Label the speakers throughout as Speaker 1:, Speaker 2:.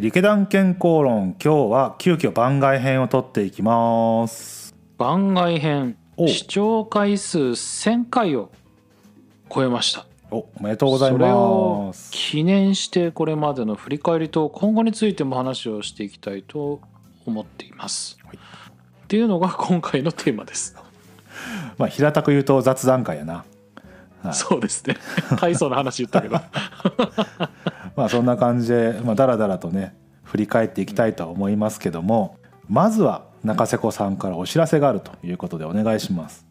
Speaker 1: 理系団健康論今日は急遽番外編を撮っていきます
Speaker 2: 番外編
Speaker 1: お
Speaker 2: 視聴回数1000回を超えました
Speaker 1: おおめでとうござい
Speaker 2: それを
Speaker 1: ます
Speaker 2: 記念してこれまでの振り返りと今後についても話をしていきたいと思っています、
Speaker 1: はい
Speaker 2: っていうのが今回のテーマです、
Speaker 1: まあ平たく言うと雑談会やなはい
Speaker 2: そうですね大層な話言っ たけど
Speaker 1: まあそんな感じで、まあ、だらだらとね振り返っていきたいとは思いますけどもまずは中瀬子さんからお知らせがあるということでお願いします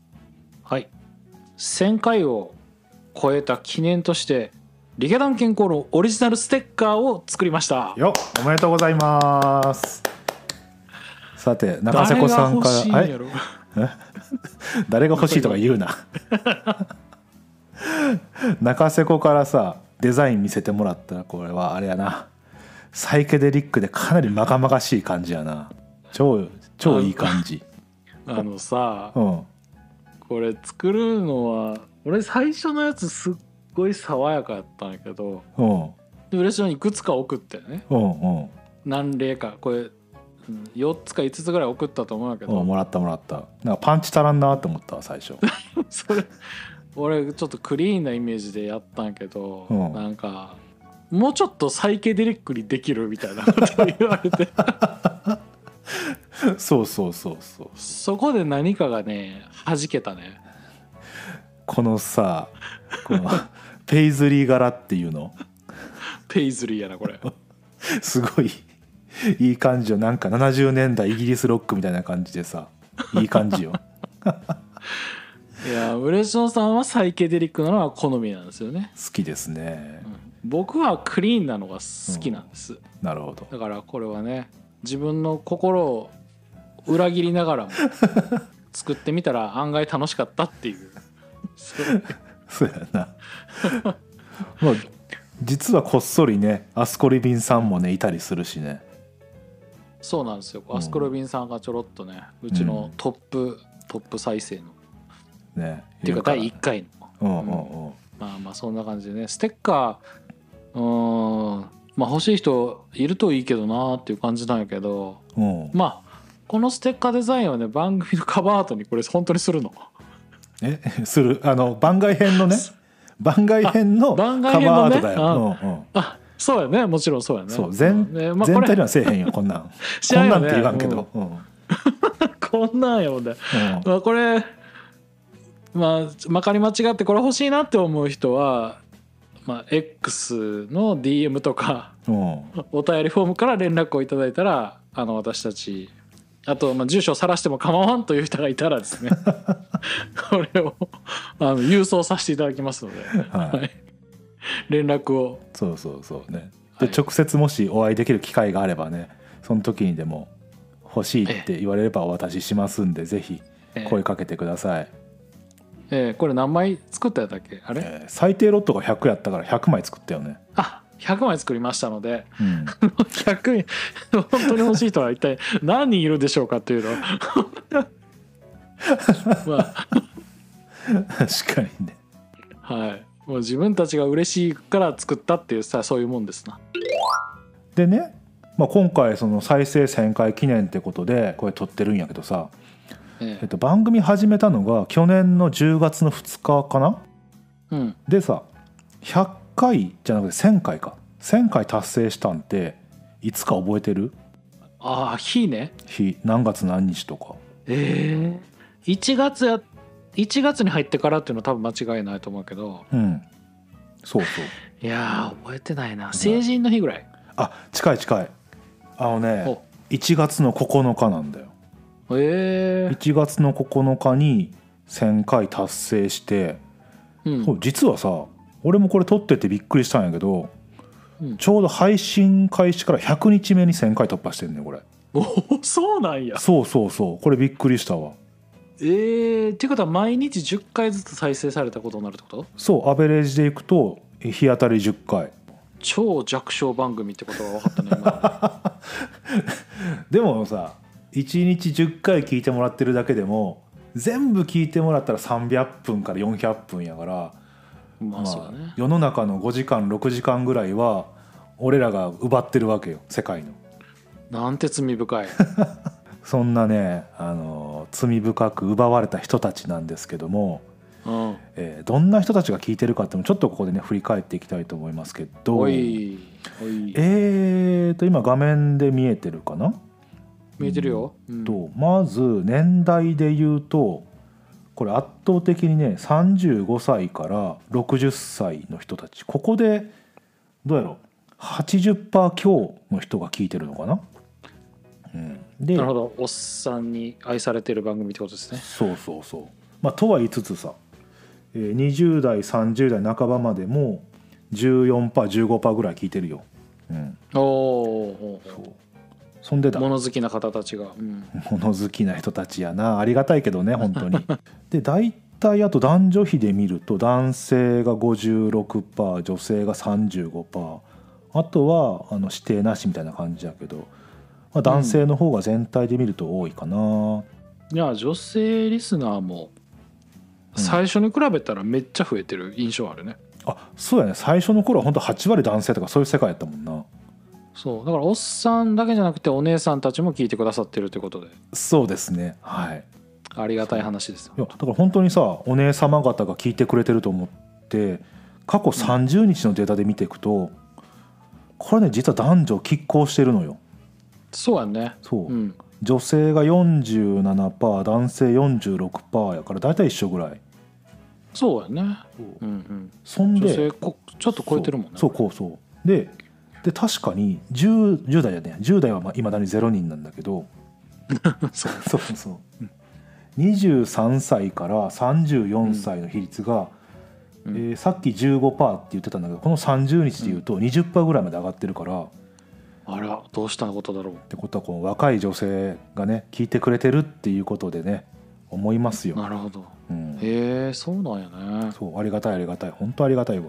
Speaker 2: はい1000回を超えた記念としてリケダン健康論オリジナルステッカーを作りました
Speaker 1: よっおめでとうございますさて中瀬子さんから
Speaker 2: 誰が欲しいんやろ
Speaker 1: 誰が欲しいとか言うな中瀬子からさデザイン見せてもらったらこれはあれやなサイケデリックでかなりまがまがしい感じやな超超いい感じ
Speaker 2: あのさ
Speaker 1: うん
Speaker 2: これ作るのは俺最初のやつすっごい爽やかやったんやけど
Speaker 1: うん
Speaker 2: で嬉しそうにいくつか送ったよね
Speaker 1: うんうん
Speaker 2: 何例かこれ、うん、4つか5つぐらい送ったと思うんやけ
Speaker 1: うん
Speaker 2: ど
Speaker 1: もらったもらったなんかパンチ足らんなって思ったわ最初
Speaker 2: それ俺ちょっとクリーンなイメージでやったんやけど、
Speaker 1: うん
Speaker 2: なんかもうちょっとサイケデリックにできるみたいなこと 言われて
Speaker 1: そうそうそうそう
Speaker 2: そこで何かがね弾けたね
Speaker 1: このさこのペイズリー柄っていうの
Speaker 2: ペイズリーやな これ
Speaker 1: すごいいい感じよなんか70年代イギリスロックみたいな感じでさいい感じよ
Speaker 2: いや嬉野さんはサイケデリックなのは好みなんですよね
Speaker 1: 好きですね
Speaker 2: 僕はクリーンなのが好きなんです、
Speaker 1: なるほど
Speaker 2: だからこれはね自分の心を裏切りながらも 作ってみたら案外楽しかったっていうそう
Speaker 1: そうやなまあ実はこっそりねアスコリビンさんもねいたりするしね
Speaker 2: そうなんですよ
Speaker 1: ん
Speaker 2: アスクロビンさんがちょろっとねうちのトップ、トップ再生の
Speaker 1: ね
Speaker 2: っていうか第1回の
Speaker 1: うんうんうん
Speaker 2: まあまあそんな感じでねステッカーうーんまあ欲しい人いるといいけどなーっていう感じなんやけど
Speaker 1: うん、
Speaker 2: まあこのステッカーデザインはね番組のカバーアートにこれ本当にするの
Speaker 1: え するあの番外編のね番外編の
Speaker 2: あ
Speaker 1: カバ
Speaker 2: 番外
Speaker 1: ー
Speaker 2: 編の
Speaker 1: ア
Speaker 2: ね
Speaker 1: ートだよ、うんうん
Speaker 2: あそうやねもちろんそうやね
Speaker 1: そう全
Speaker 2: ね
Speaker 1: 全
Speaker 2: これ
Speaker 1: 体にはせえへんよこん なん
Speaker 2: 知
Speaker 1: こ
Speaker 2: らん
Speaker 1: んな
Speaker 2: よ
Speaker 1: んっ
Speaker 2: ね
Speaker 1: て言わんけど、うんうん
Speaker 2: こんなんやもんね、まあ、これまあまかり間違ってこれ欲しいなって思う人は、まあ、X の DM とか
Speaker 1: うん
Speaker 2: お便りフォームから連絡をいただいたらあの私たちあと、まあ、住所を晒しても構わんという人がいたらですね これをあの郵送させていただきますので、
Speaker 1: はい
Speaker 2: はい連絡を
Speaker 1: そうそうそうねで、
Speaker 2: はい
Speaker 1: 直接もしお会いできる機会があればねその時にでも欲しいって言われればお渡ししますんでぜひ
Speaker 2: ええ
Speaker 1: 声かけてください、
Speaker 2: えーこれ何枚作ったやったっけあれ、
Speaker 1: えー最低ロットが100やったから100枚作ったよね、
Speaker 2: あ100枚作りましたので
Speaker 1: うん
Speaker 2: 100円本当に欲しい人は一体何人いるでしょうかっていうの をま
Speaker 1: 確かにね
Speaker 2: あはいもう自分たちが嬉しいから作ったっていうさそういうもんですな
Speaker 1: でね、まあ、今回その再生1000回記念ってことでこれ撮ってるんやけどさ、
Speaker 2: え
Speaker 1: えっ
Speaker 2: え
Speaker 1: と、番組始めたのが去年の10月の2日かな
Speaker 2: うん
Speaker 1: でさ100回じゃなくて1000回か1000回達成したんっていつか覚えてる
Speaker 2: ああ日ね
Speaker 1: 日何月何日とか
Speaker 2: ええ1月や1月に入ってからっていうのは多分間違いないと思うけど
Speaker 1: うんそうそう
Speaker 2: いやー覚えてないな成人の日ぐらい
Speaker 1: あ近い近いあのね
Speaker 2: お
Speaker 1: 1月の9日なんだよ
Speaker 2: ええ
Speaker 1: 1月の9日に1,000回達成して、
Speaker 2: うん
Speaker 1: そう実はさ俺もこれ撮っててびっくりしたんやけど、
Speaker 2: うん
Speaker 1: ちょうど配信開始から100日目に1,000回突破してんねこれ
Speaker 2: おーそうなんや
Speaker 1: そうそうそうこれびっくりしたわ
Speaker 2: ええっていうことは毎日10回ずつ再生されたことになるってこと
Speaker 1: そうアベレージでいくと日当たり10回
Speaker 2: 超弱小番組ってことが分かったね今
Speaker 1: でもさ1日10回聞いてもらってるだけでも全部聞いてもらったら300分から400分やから、
Speaker 2: ま
Speaker 1: ま
Speaker 2: あ
Speaker 1: あ
Speaker 2: そうだね
Speaker 1: 世の中の5時間6時間ぐらいは俺らが奪ってるわけよ世界の
Speaker 2: なんて罪深い
Speaker 1: そんなねあの罪深く奪われた人たちなんですけども、
Speaker 2: うん
Speaker 1: えーどんな人たちが聞いてるかっていうのもちょっとここでね振り返っていきたいと思いますけど
Speaker 2: おいおい
Speaker 1: えーと今画面で見えてるかな、
Speaker 2: 見えてるよ、うん
Speaker 1: とまず年代で言うとこれ圧倒的にね35歳から60歳の人たちここでどうやろ80%強の人が聞いてるのかな、うん、で
Speaker 2: なるほどおっさんに愛されてる番組ってことですね
Speaker 1: そうそうそう。まあ、とは言いつつさ、えー20代30代半ばまでも14%15% ぐらい聞いてるよ。うん、
Speaker 2: おお
Speaker 1: そうそんでだ物
Speaker 2: 物好きな方たちが、うん、
Speaker 1: 好きな人たちやなありがたいけどね本当に。 で大体あと男女比で見ると男性が56%女性が35%あとはあの指定なしみたいな感じだけど、まあ、男性の方が全体で見ると多いかな。
Speaker 2: いや女性リスナーも
Speaker 1: うん
Speaker 2: 最初に比べたらめっちゃ増えてる印象あるね、
Speaker 1: あそうやね最初の頃は本当8割男性とかそういう世界やったもんな
Speaker 2: そうだからおっさんだけじゃなくてお姉さんたちも聞いてくださってるってことで
Speaker 1: そうですねはい
Speaker 2: ありがたい話ですよ
Speaker 1: いやだから本当にさお姉様方が聞いてくれてると思って過去30日のデータで見ていくとこれね実は男女拮抗してるのよ
Speaker 2: そうやね
Speaker 1: そう、
Speaker 2: うん
Speaker 1: 女性が47%男性46%やから大体一緒ぐらい
Speaker 2: そうやねうんうん
Speaker 1: そん
Speaker 2: 女
Speaker 1: で
Speaker 2: 性こちょっと超えてるもんね
Speaker 1: そうそうこうそうでで確かに 10, 10代だね10代はいまだに0人なんだけ どそう そうそう23歳から34歳の比率が、
Speaker 2: うん
Speaker 1: えーさっき15%って言ってたんだけどこの30日で言うと20%ぐらいまで上がってるから、っ
Speaker 2: あらどうしたことだろう
Speaker 1: てことはこの若い女性がね聞いてくれてるっていうことでね思いますよ。
Speaker 2: なるほど
Speaker 1: うん、
Speaker 2: へえそうなんやね、
Speaker 1: そうありがたいありがたい本当ありがたいわ。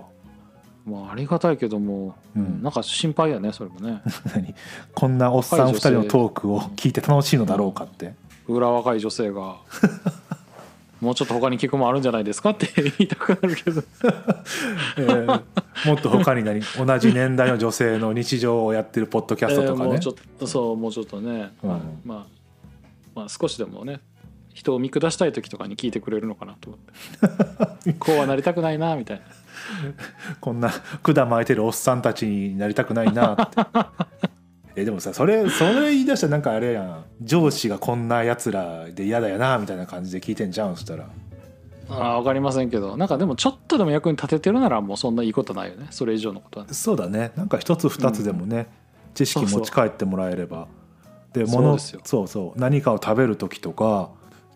Speaker 2: まあ、ありがたいけども、
Speaker 1: うん
Speaker 2: なんか心配やねそれも ね
Speaker 1: 何こんなおっさん2人の
Speaker 2: 若い女性
Speaker 1: トークを聞いて楽しいのだろうかって。
Speaker 2: 裏若い女性 がもうちょっと他に聞くもんあるんじゃないです かって言いたくなるけど
Speaker 1: えーもっと他に何同じ年代の女性の日常をやってるポッドキャストとか
Speaker 2: えーも
Speaker 1: ね
Speaker 2: うちょっとそうもうちょっとね、
Speaker 1: うん
Speaker 2: はいまあまあ少しでもね人を見下したい時とかに聞いてくれるのかなと思 ってこうはなりたくないなみたいな
Speaker 1: こんな管巻いてるおっさんたちになりたくないなって えでもさそれそれ言い出したらなんかあれやん上司がこんなやつらで嫌だよなみたいな感じで聞いてんじゃんそしたら
Speaker 2: あーわかりませんけどなんかでもちょっとでも役に立ててるならもうそんないいことないよねそれ以上のことはね
Speaker 1: そうだねなんか一つ二つでもね、知識持ち帰ってもらえればで
Speaker 2: そう
Speaker 1: 物
Speaker 2: ですよ
Speaker 1: そうそう何かを食べる時とか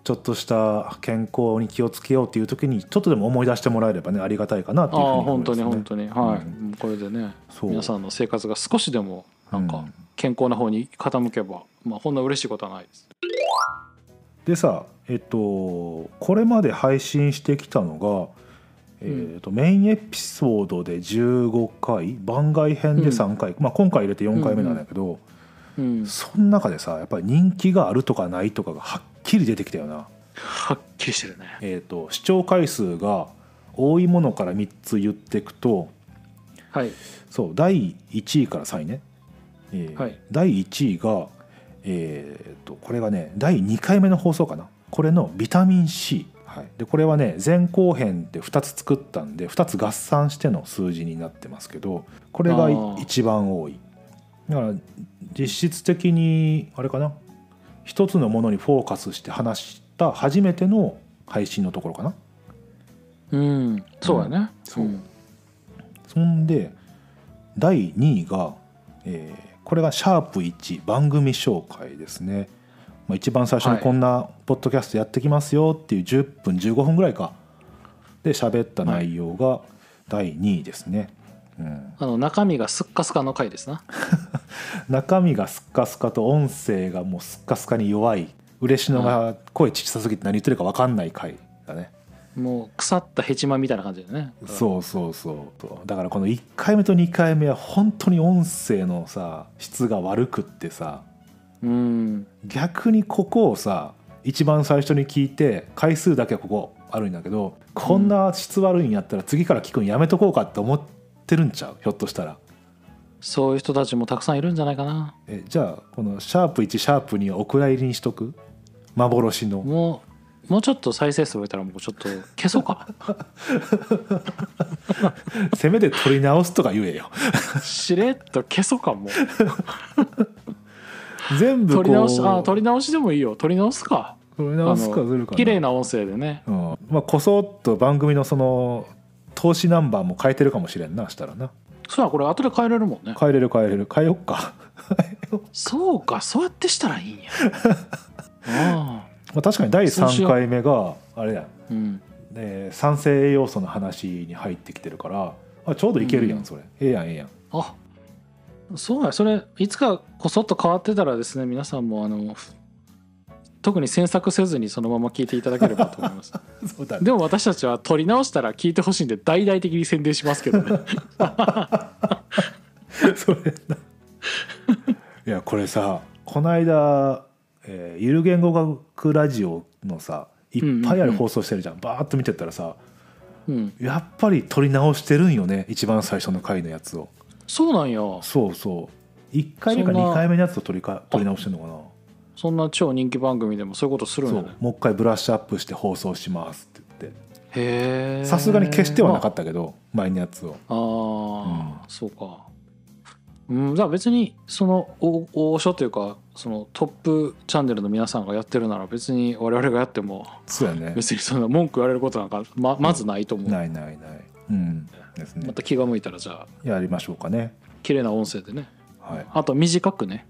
Speaker 1: ちょっとした健康に気をつけようっていう時にちょっとでも思い出してもらえればねありがたいかなって
Speaker 2: あ
Speaker 1: いうふうに
Speaker 2: あー
Speaker 1: 思い
Speaker 2: 本
Speaker 1: ます
Speaker 2: 当
Speaker 1: ね
Speaker 2: に本当にはい、
Speaker 1: うん
Speaker 2: うんこれでね
Speaker 1: そう
Speaker 2: 皆さんの生活が少しでもなん
Speaker 1: う
Speaker 2: か
Speaker 1: ん
Speaker 2: 健康な方に傾けば、まあこんな嬉しいことはないです
Speaker 1: でさえっとこれまで配信してきたのが、
Speaker 2: うん
Speaker 1: えっとメインエピソードで15回番外編で3回、まあ、今回入れて4回目なんだけど、
Speaker 2: うん
Speaker 1: その中でさやっぱり人気があるとかないとかがはっきり出てきたよな。
Speaker 2: はっきりしてるね
Speaker 1: えっと視聴回数が多いものから3つ言ってくと
Speaker 2: はい
Speaker 1: そう第1位から3位ね、えー
Speaker 2: はい
Speaker 1: 第1位が、えー、とこれがね第2回目の放送かなこれのビタミン C、はい、でこれはね前後編で2つ作ったんで2つ合算しての数字になってますけどこれが
Speaker 2: あ
Speaker 1: い
Speaker 2: ー
Speaker 1: 一番多いだから実質的にあれかな一つのものにフォーカスして話した初めての配信のところかな
Speaker 2: うんそうやね、
Speaker 1: そうんそんで第2位が、えーこれが「シャープ #1 番組紹介」ですね、まあ、一番最初
Speaker 2: は
Speaker 1: に
Speaker 2: い
Speaker 1: こんなポッドキャストやってきますよっていう10分15分ぐらいかで喋った内容が第2位ですね、うん、
Speaker 2: あの中身がスッカスカの回ですな
Speaker 1: 中身がスッカスカと音声がもうスッカスカに弱い嬉野が声小さすぎて何言ってるか分かんない回だね、
Speaker 2: もう腐ったヘチマみたいな感じだよね
Speaker 1: そうそうそうだからこの1回目と2回目は本当に音声のさ質が悪くってさ
Speaker 2: うん
Speaker 1: 逆にここをさ一番最初に聞いて回数だけはここあるんだけどこんな質悪いんやったら次から聞くんやめとこうかって思ってるんちゃうひょっとしたら
Speaker 2: そういう人たちもたくさんいるんじゃないかな
Speaker 1: えじゃあこのシャープ1シャープ2はお蔵入りにしとく幻 の
Speaker 2: もうもうちょっと再生数増えたらもうちょっと消そうか
Speaker 1: せめて取り直すとか言えよ
Speaker 2: しれっと消そうかもう
Speaker 1: 全部こう
Speaker 2: 取り直しあ取り直しでもいいよ取り直すか
Speaker 1: 取り直す
Speaker 2: あ
Speaker 1: か
Speaker 2: の
Speaker 1: するかな
Speaker 2: 綺麗な音声でね
Speaker 1: うんまあ、こそっと番組のその投資ナンバーも変えてるかもしれんなしたらな
Speaker 2: そうやこれ後で変えれるもんね
Speaker 1: 変えれる変えれる変えよっか
Speaker 2: そうかそうやってしたらいいんやあ
Speaker 1: まあ確かに第
Speaker 2: そうし
Speaker 1: 3
Speaker 2: よう
Speaker 1: 回目があれやん、
Speaker 2: あ うん
Speaker 1: えー酸性栄養素の話に入ってきてるからあちょうどいけるや
Speaker 2: うん
Speaker 1: んそれ、ええやんええやん
Speaker 2: あそうやそれいつかこそっと変わってたらですね皆さんもあの特に詮索せずにそのまま聞いていただければと思います
Speaker 1: そうだね
Speaker 2: でも私たちは取り直したら聞いてほしいんで大々的に宣伝しますけどね
Speaker 1: それ ないやこれさこの間、えーゆる言語学ラジオのさいっぱいあ
Speaker 2: うんうんう
Speaker 1: る
Speaker 2: ん
Speaker 1: 放送してるじゃん,、バーッと見てったらさ
Speaker 2: うん
Speaker 1: やっぱり撮り直してるんよね一番最初の回のやつを
Speaker 2: そうなんや
Speaker 1: そうそう1回目か
Speaker 2: そんな
Speaker 1: 2回目のやつを撮りか撮り直してるのかな
Speaker 2: そんな超人気番組でもそういうことするん
Speaker 1: そ
Speaker 2: や
Speaker 1: う
Speaker 2: ね
Speaker 1: もう一回ブラッシュアップして放送しますって言って
Speaker 2: へえ
Speaker 1: さすがに消してはなか
Speaker 2: っ
Speaker 1: ったけど前のやつを
Speaker 2: たああ、そうかうんだから別にその大大所というかそのトップチャンネルの皆さんがやってるなら別に我々がやっても
Speaker 1: そうやね
Speaker 2: 別にそんな文句言われることなんかままずないと思う、
Speaker 1: ないないないうんですね
Speaker 2: また気が向いたらじゃあ
Speaker 1: やりましょうかね
Speaker 2: 綺麗な音声でね
Speaker 1: はい
Speaker 2: あと短くね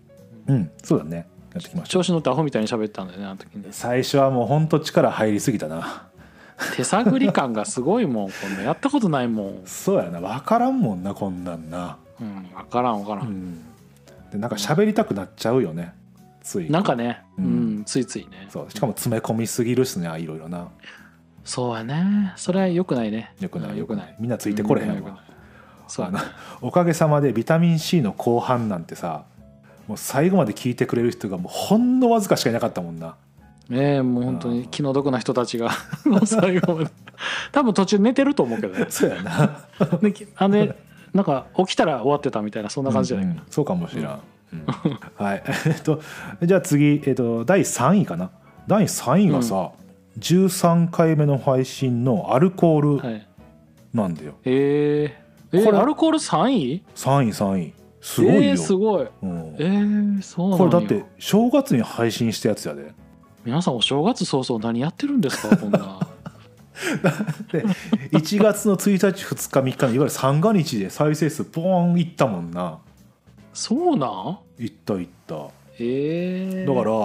Speaker 1: うんそうだねやっていきましょう
Speaker 2: 調子乗ってアホみたいに喋ったんだよねあの時に
Speaker 1: 最初はもうほんと力入りすぎたな
Speaker 2: 手探り感がすごいもんこんなやったことないもん、
Speaker 1: そうやな分からんもんなこんなんな
Speaker 2: うん、分からん分から、
Speaker 1: うんんでなんか喋りたくなっちゃうよねつい
Speaker 2: なんかね、う
Speaker 1: うんん
Speaker 2: ついついね
Speaker 1: そうしかも詰め込みすぎるっすねあいろいろな
Speaker 2: そうやねそれはよくないね
Speaker 1: よくな
Speaker 2: うん
Speaker 1: いよ
Speaker 2: よ
Speaker 1: く
Speaker 2: く
Speaker 1: な
Speaker 2: ないい
Speaker 1: みんなついてこれへ
Speaker 2: うん
Speaker 1: ん
Speaker 2: よく
Speaker 1: わ
Speaker 2: ないそうやね
Speaker 1: おかげさまでビタミン C の後半なんてさもう最後まで聞いてくれる人がもうほんのわずかしかいなかったもんな
Speaker 2: ええもう本当
Speaker 1: う
Speaker 2: に
Speaker 1: ん
Speaker 2: 気の毒な人たちが もう最後まで多分途中寝てると思うけどね
Speaker 1: そうやな
Speaker 2: できあでなんか起きたら終わってたみたいなそんな感じじゃないかな、
Speaker 1: うんうんそうかもしらん、うんはい えっとじゃあ次、えっと、第3位かな第3位がさ、13回目の配信のアルコール
Speaker 2: はい、
Speaker 1: なんだよ、
Speaker 2: えー、え
Speaker 1: これ
Speaker 2: アルコール3位
Speaker 1: 3位3位すごい
Speaker 2: え
Speaker 1: よ、
Speaker 2: ーすごい
Speaker 1: うん
Speaker 2: えー、そうなん
Speaker 1: こ
Speaker 2: や
Speaker 1: れだって正月に配信したやつやで
Speaker 2: 皆さんお正月早々何やってるんですかこんな
Speaker 1: で1月の1日2日3日のいわゆる三が日で再生数ポーンいったもんな
Speaker 2: そうなん
Speaker 1: いったいった
Speaker 2: えー、
Speaker 1: だから、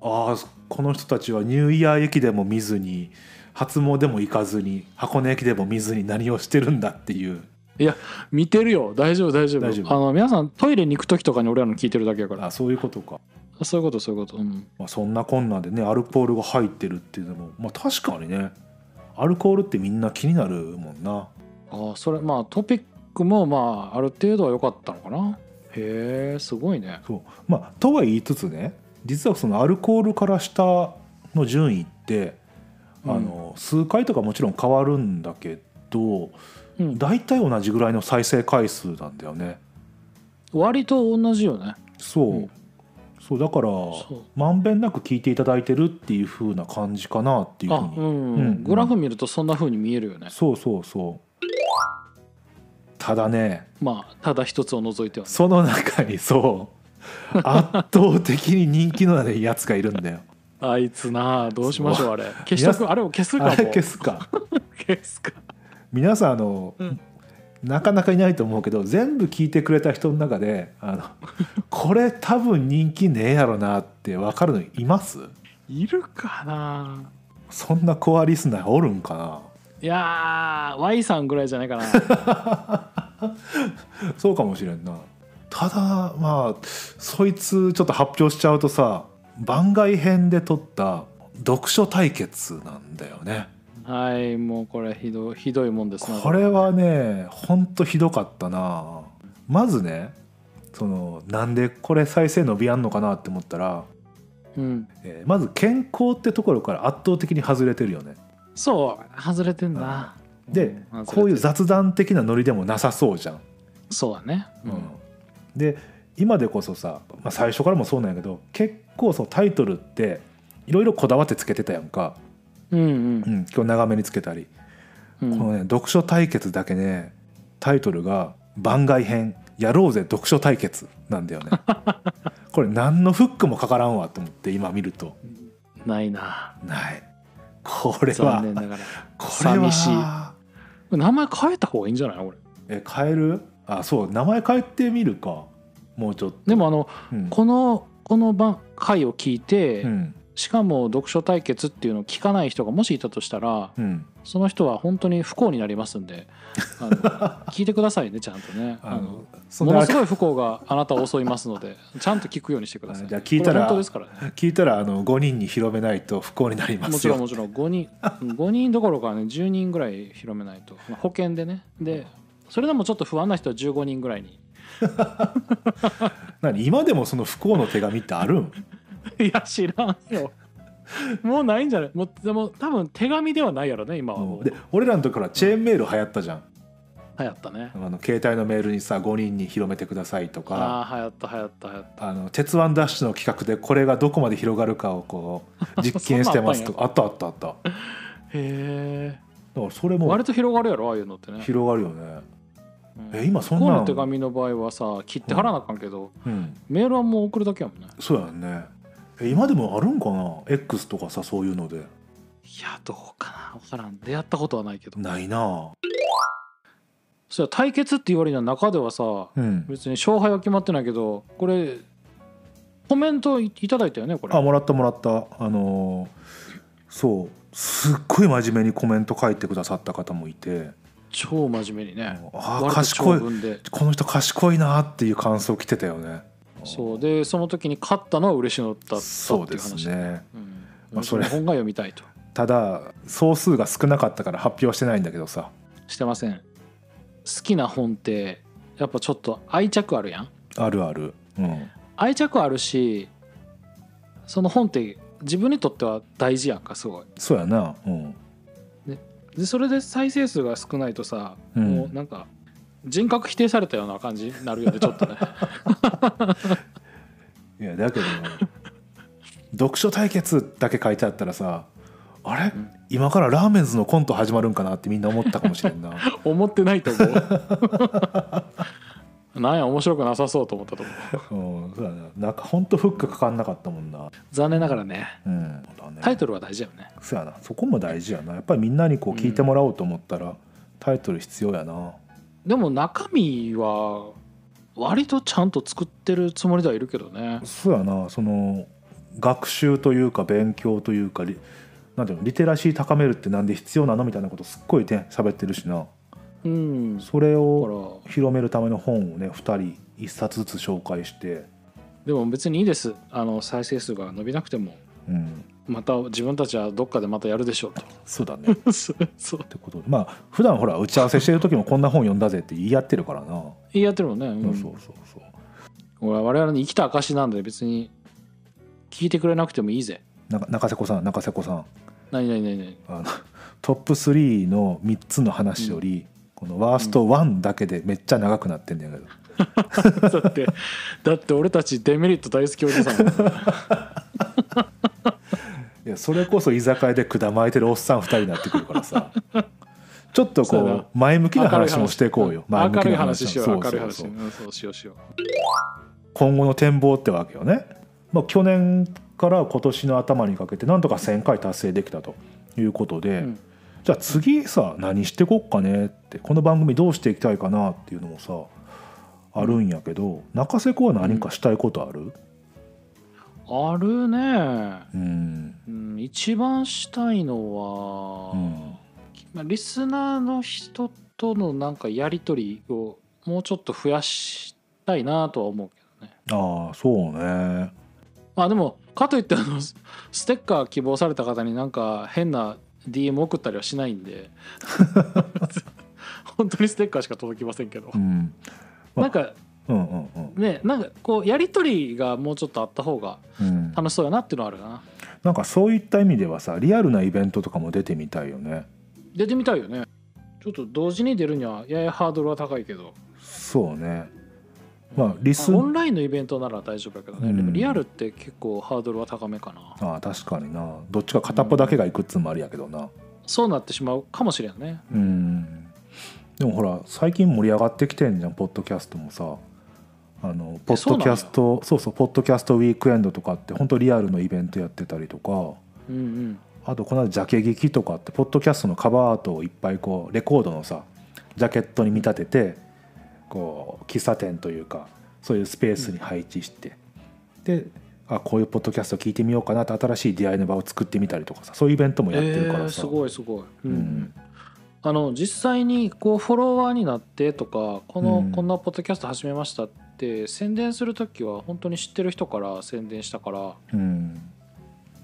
Speaker 1: ああこの人たちはニューイヤー駅でも見ずに初詣も行かずに箱根駅でも見ずに何をしてるんだっていう
Speaker 2: 見てるよ大丈夫大丈夫
Speaker 1: 大丈夫
Speaker 2: あの皆さんトイレに行く時とかに俺らの聞いてるだけやから
Speaker 1: あそういうことか、
Speaker 2: そういうことそういうこと、うん、
Speaker 1: まあ、そんなこんなでねアルコールが入ってるっていうのも、まあ、確かにねアルコールってみんな気になるもんな
Speaker 2: ああそれまあトピックもまあある程度は良かったのかなへえすごいね
Speaker 1: そうまあとは言いつつね実はそのアルコールから下の順位って、あの数回とかもちろん変わるんだけど
Speaker 2: うん、
Speaker 1: 大体同じぐらいの再生回数なんだよね。
Speaker 2: 割と同じよね
Speaker 1: そう,、
Speaker 2: うん
Speaker 1: そうだから
Speaker 2: そう
Speaker 1: まんべんなく聞いていただいてるっていう風な感じかなっていう
Speaker 2: あ
Speaker 1: ふうに、
Speaker 2: うん、
Speaker 1: うん
Speaker 2: グラフ見るとそんな風に見えるよね
Speaker 1: そうそうそうただね
Speaker 2: まあただ一つを除いてはね
Speaker 1: その中にそう圧倒的に人気のないやつがいるんだ よ。
Speaker 2: あいつなあどうしましょうあれ消しと
Speaker 1: 皆
Speaker 2: くあれを消すかも
Speaker 1: あれ消
Speaker 2: す
Speaker 1: すか
Speaker 2: か
Speaker 1: 皆さんあの、
Speaker 2: うん
Speaker 1: なかなかいないと思うけど全部聞いてくれた人の中で あのこれ多分人気ねえやろなって分かるのいます
Speaker 2: いるかな
Speaker 1: そんなコアリスナーおるんか
Speaker 2: いやー Y さんぐらいじゃないかな
Speaker 1: なそうかもしれんなただまあそいつちょっと発表しちゃうとさ番外編で撮った読書対決なんだよね
Speaker 2: はいもうこれひどいひどいもんですな
Speaker 1: これはねほんとひどかったなまずねそのなんでこれ再生伸びやんのかなって思ったら
Speaker 2: うん
Speaker 1: えーまず健康ってところから圧倒的に外れてるよね
Speaker 2: そう外れてんだ
Speaker 1: で
Speaker 2: うん外れてる
Speaker 1: こういう雑談的なノリでもなさそうじゃん、
Speaker 2: そうだね、
Speaker 1: うんで今でこそさ、まあ、最初からもそうなんやけど結構そうタイトルっていろいろこだわってつけてたやんか、
Speaker 2: うん
Speaker 1: うん、今日長めにつけたり、
Speaker 2: うんう
Speaker 1: こ
Speaker 2: ん
Speaker 1: のね読書対決だけねタイトルが「番外編やろうぜ読書対決」なん だよねこれ何のフックもかからんわと思って今見ると
Speaker 2: ないな
Speaker 1: ないこれは
Speaker 2: 残念ながら
Speaker 1: これは
Speaker 2: 寂しい名前変えた方がいいんじゃない俺
Speaker 1: え変えるあそう名前変えてみるかもうちょっと、
Speaker 2: でもあの
Speaker 1: うん
Speaker 2: このこの番回を聞いて、
Speaker 1: うん
Speaker 2: しかも読書対決っていうのを聞かない人がもしいたとしたら
Speaker 1: うん
Speaker 2: その人は本当に不幸になりますんで あの聞いてくださいねちゃんとねあ
Speaker 1: あ
Speaker 2: の
Speaker 1: のそん
Speaker 2: も
Speaker 1: な
Speaker 2: のすごい不幸があなたを襲いますのでちゃんと聞くようにしてください
Speaker 1: あじゃあ聞いたら
Speaker 2: これ本当ですからね
Speaker 1: 聞いたらあの5人に広めないと不幸になりま
Speaker 2: も
Speaker 1: す
Speaker 2: ちろ
Speaker 1: よ
Speaker 2: んもちろん5人5人どころかね10人ぐらい広めないと、まあ保険でねでそれでもちょっと不安な人は15人ぐらいに
Speaker 1: 何今でもその不幸の手紙ってあるん
Speaker 2: いや知らんよもうないんじゃないもうでも多分手紙ではないやろね今はもう
Speaker 1: で俺らの時からチェーンメール流行ったじゃん
Speaker 2: 流行ったね
Speaker 1: あの携帯のメールにさ5人に広めてくださいとか
Speaker 2: ああー流行った流行った流行った
Speaker 1: あの鉄腕ダッシュの企画でこれがどこまで広がるかをこ う実験してますとかあったあったあっただか
Speaker 2: へえ
Speaker 1: らそれも
Speaker 2: 割と広がるやろああいうのってね、
Speaker 1: 広がるよね
Speaker 2: うん
Speaker 1: え今そん
Speaker 2: こうい
Speaker 1: な
Speaker 2: うんの手紙の場合はさ切って貼らなあかんけど、
Speaker 1: うん
Speaker 2: メールはもう送るだけやもんね
Speaker 1: そうやんねえ今でもあるんかな X とかさそういうので
Speaker 2: いやどうかな分からん出会ったことはないけど
Speaker 1: ないな
Speaker 2: そりゃ対決って言われるの中ではさ
Speaker 1: うん
Speaker 2: 別に勝敗は決まってないけどこれコメントいいただいたよねこれ
Speaker 1: あもらったもらったあのーそうすっごい真面目にコメント書いてくださった方もいて
Speaker 2: 超真面目にね
Speaker 1: ああ
Speaker 2: 割と
Speaker 1: 賢
Speaker 2: 長
Speaker 1: い
Speaker 2: 文で
Speaker 1: この人賢いなっていう感想来てたよね
Speaker 2: そうでその時に勝ったのは嬉しのだった
Speaker 1: そ
Speaker 2: っ
Speaker 1: う
Speaker 2: て
Speaker 1: で
Speaker 2: いう
Speaker 1: す
Speaker 2: 話
Speaker 1: ね
Speaker 2: うん
Speaker 1: まあそれ
Speaker 2: その本が読みたいと
Speaker 1: ただ総数が少なかったから発表してないんだけどさ
Speaker 2: してません好きな本ってやっぱちょっと愛着あるやん
Speaker 1: あるあるうん
Speaker 2: 愛着あるしその本って自分にとっては大事やんかすごい
Speaker 1: そうやなうん、
Speaker 2: でそれで再生数が少ないとさ、
Speaker 1: うん
Speaker 2: もうなんか人格否定されたような感じになるよねちょ っとね
Speaker 1: いやだけど読書対決だけ書いてあったらさあれ、
Speaker 2: ん
Speaker 1: 今からラーメンズのコント始まるんかなってみんな思ったかもしれ んな
Speaker 2: 思ってないと 思うなんや面白くなさそうと思ったと思う
Speaker 1: うんそうだななんかほんとフックかかんなかったもんな
Speaker 2: 残念ながらね
Speaker 1: うんそうだね
Speaker 2: タイトルは大事やよね
Speaker 1: そうやなそこも大事やなやっぱりみんなにこう聞いてもらおうと思ったら、タイトル必要やな
Speaker 2: でも中身は割とちゃんと作ってるつもりではいるけどね
Speaker 1: そうやなその学習というか勉強というかリなんていうのリテラシー高めるってなんで必要なのみたいなことすっごいね喋ってるしな
Speaker 2: うんだか
Speaker 1: それを
Speaker 2: ら
Speaker 1: 広めるための本をね2人1冊ずつ紹介して、
Speaker 2: でも別にいいですあの再生数が伸びなくても
Speaker 1: うん、
Speaker 2: また自分たちはどっかでまたやるでしょうと
Speaker 1: そうだねっ
Speaker 2: そうそう
Speaker 1: てことでまあ普段ほら打ち合わせしてる時もこんな本読んだぜって言い合ってるからな、
Speaker 2: 言い合ってるもんね、うん、
Speaker 1: そうそうそう
Speaker 2: 俺は我々の生きた証なんで別に聞いてくれなくてもいいぜ
Speaker 1: なか中瀬子さん中瀬子さん
Speaker 2: 何何何何
Speaker 1: あのトップ3の3つの話より、このワースト1だけでめっちゃ長くなってんだけど、
Speaker 2: だ ってだって俺たちデメリット大好きおじさんだ もん
Speaker 1: いやそれこそ居酒屋でくだまいてるおっさん2人になってくるから さちょっとこ
Speaker 2: そうや
Speaker 1: う
Speaker 2: な
Speaker 1: 前向きな話もしていこうよ前
Speaker 2: 明
Speaker 1: 向き
Speaker 2: るい
Speaker 1: な
Speaker 2: 話しよう
Speaker 1: そ
Speaker 2: 明るい
Speaker 1: そ
Speaker 2: 話
Speaker 1: そ
Speaker 2: うんそうしようしよう
Speaker 1: 今後の展望ってわけよね、まあ、去年から今年の頭にかけてなんとか1,000回達成できたということで、
Speaker 2: うん
Speaker 1: じゃあ次さ何してこっかねってこの番組どうしていきたいかなっていうのもさあるんやけど中瀬子は何かしたいことある、
Speaker 2: あるね、
Speaker 1: うん
Speaker 2: うん、一番したいのは、
Speaker 1: うん
Speaker 2: まあリスナーの人とのなんかやり取りをもうちょっと増やしたいなとは思うけどね
Speaker 1: ああそうね
Speaker 2: まあでもかといってあのスステッカー希望された方になんか変な DM 送ったりはしないん で本当にステッカーしか届きませんけど、
Speaker 1: うんまあ
Speaker 2: なんか
Speaker 1: うんうんうん
Speaker 2: ねなんかこうやり取りがもうちょっとあった方が
Speaker 1: うん
Speaker 2: 楽しそうやなっていうのはあるかな
Speaker 1: なんかそういった意味ではさリアルなイベントとかも出てみたいよね
Speaker 2: 出てみたいよねちょっと同時に出るにはややハードルは高いけど、
Speaker 1: そうねまあリス
Speaker 2: オンラインのイベントなら大丈夫だけどね、
Speaker 1: うん
Speaker 2: でもリアルって結構ハードルは高めかな
Speaker 1: ああ確かになどっちか片っぽだけがいくっつうのもありやけどな
Speaker 2: そうなってしまうかもしれんね
Speaker 1: うんでもほら最近盛り上がってきてんじゃんポッドキャストもさあのポッドキャストそうそうポッドキャストウィークエンドとかって本当リアルのイベントやってたりとか
Speaker 2: うんうん
Speaker 1: あとこの間ジャケ劇とかってポッドキャストのカバーアートをいっぱいこうレコードのさジャケットに見立ててこう喫茶店というかそういうスペースに配置して、であこういうポッドキャスト聞いてみようかなって新しい出会いの場を作ってみたりとかさそういうイベントもやってるからさ、
Speaker 2: えーすごいすごい、うんう
Speaker 1: うんん、
Speaker 2: あの実際にこうフォロワーになってとかこの、
Speaker 1: うん
Speaker 2: こんなポッドキャスト始めましたって宣伝する時は本当に知ってる人から宣伝したからだ
Speaker 1: うん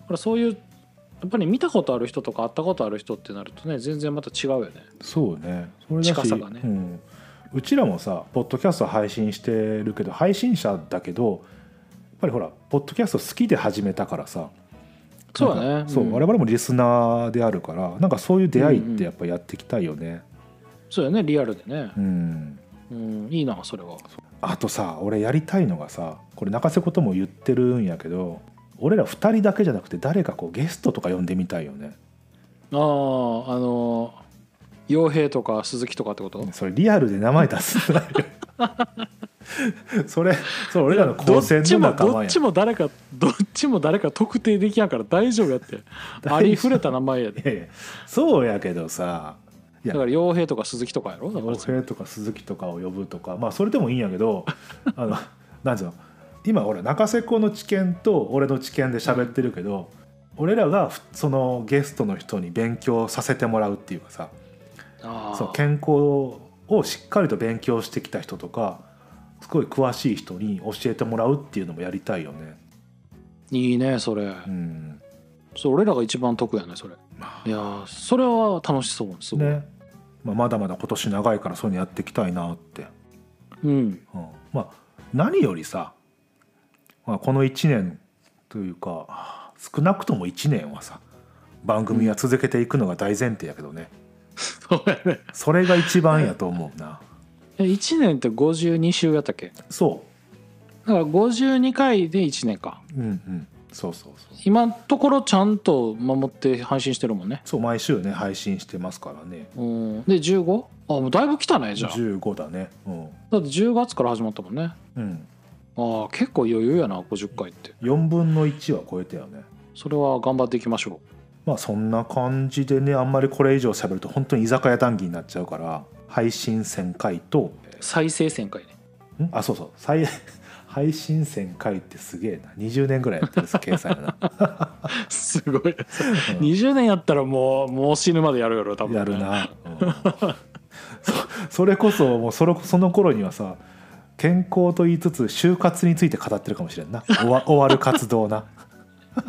Speaker 2: からそういうやっぱり見たことある人とか会ったことある人ってなるとね全然また違うよね
Speaker 1: そうねそれだし
Speaker 2: 近さがね
Speaker 1: うん、うちらもさポッドキャスト配信してるけど配信者だけどやっぱりほらポッドキャスト好きで始めたからさ
Speaker 2: そう
Speaker 1: な
Speaker 2: だ
Speaker 1: ん
Speaker 2: ね
Speaker 1: かそう、
Speaker 2: ん
Speaker 1: 我々もリスナーであるからなんかそういう出会いってやっぱやっていきたいよね
Speaker 2: そうだねリアルでね
Speaker 1: う、ん、
Speaker 2: うん、いいなそれは
Speaker 1: あとさ俺やりたいのがさこれ泣かせことも言ってるんやけど俺ら2人だけじゃなくて誰かこうゲストとか呼んでみたいよね
Speaker 2: あああの傭兵とか鈴木とかってこと
Speaker 1: それリアルで名前出すん だよそれそれ俺らの
Speaker 2: ど
Speaker 1: 高
Speaker 2: っ
Speaker 1: 専
Speaker 2: ち
Speaker 1: の
Speaker 2: も
Speaker 1: 仲間
Speaker 2: どっ
Speaker 1: やん
Speaker 2: ちも誰かどっちも誰か特定できやんから大丈夫 やって
Speaker 1: 夫
Speaker 2: ありふれた名前やで
Speaker 1: いやいやそうやけどさい
Speaker 2: だ
Speaker 1: や
Speaker 2: から傭兵とか鈴木とかやろだから
Speaker 1: 洋平とか鈴木とかを呼ぶとかまあそれでもいいんやけど あのなんつうの今ほら中瀬子の知見と俺の知見で喋ってるけど俺らがふそのゲストの人に勉強させてもらうっていうかさ
Speaker 2: あー
Speaker 1: そう健康をしっかりと勉強してきた人とかすごい詳しい人に教えてもらうっていうのもやりたいよね。
Speaker 2: いいねそれ、
Speaker 1: うん
Speaker 2: そう俺らが一番得やねそれ
Speaker 1: まあ
Speaker 2: いやーそれは楽しそうすごい、
Speaker 1: ねまあ、まだまだ今年長いからそういうのやっていきたいなって
Speaker 2: うん
Speaker 1: うんまあ何よりさ、まあ、この1年というか少なくとも1年はさ番組は続けていくのが大前提やけどね、
Speaker 2: そうやね
Speaker 1: それが一番やと思うな
Speaker 2: え1年って52週やったっけ
Speaker 1: そ
Speaker 2: だから52回で1年か
Speaker 1: ううんうんそうそうそう
Speaker 2: 今のところちゃんと守って配信してるもんね
Speaker 1: そう毎週ね配信してますからね
Speaker 2: うんで 15? あもうだいぶ来たねじゃあ
Speaker 1: 15だねうん、
Speaker 2: だって10月から始まったもんね
Speaker 1: うん、
Speaker 2: ああ結構余裕やな50回って
Speaker 1: 4分の1は超えたよね
Speaker 2: それは頑張っていきましょ
Speaker 1: まあそんな感じでねあんまりこれ以上喋ると本当に居酒屋談義になっちゃうから配信1000回と
Speaker 2: う再生1000回ね
Speaker 1: んあそうそう再 配信1000回ってすげえな20年ぐらいやってる計算やな
Speaker 2: すごい、
Speaker 1: うん
Speaker 2: 20年やったらもうもう死ぬまでやるやろ多分ね、
Speaker 1: やるな、うんそそれこそもうそれその頃にはさ健康と言いつつ就活について語ってるかもしれんな終わ終わる活動な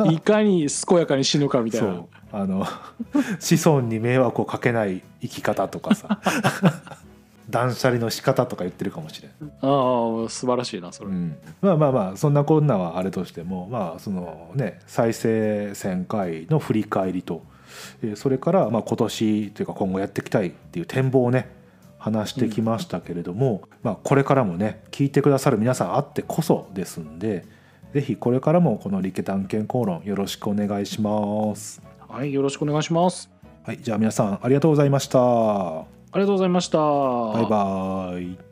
Speaker 2: いかに健やかに死ぬかみたい
Speaker 1: そ
Speaker 2: な
Speaker 1: うあの 子孫に迷惑をかけない生き方とかさ 断捨離の仕方とか言ってるかもしれん
Speaker 2: ああ素晴らしいなそれ、
Speaker 1: うん、まあまあまあそんなこんなはあれとしてもまあそのね再生1000回の振り返りと、えーそれからまあ今年というか今後やっていきたいっていう展望をね話してきましたけれども、まあ、これからもね聞いてくださる皆さんあってこそですんで是非これからもこの「理系探検口論」よろしくお願いします。
Speaker 2: はいよろしくお願いします
Speaker 1: はい、じゃあ皆さんありがとうございました。バ
Speaker 2: ありがとうございました
Speaker 1: イバイ。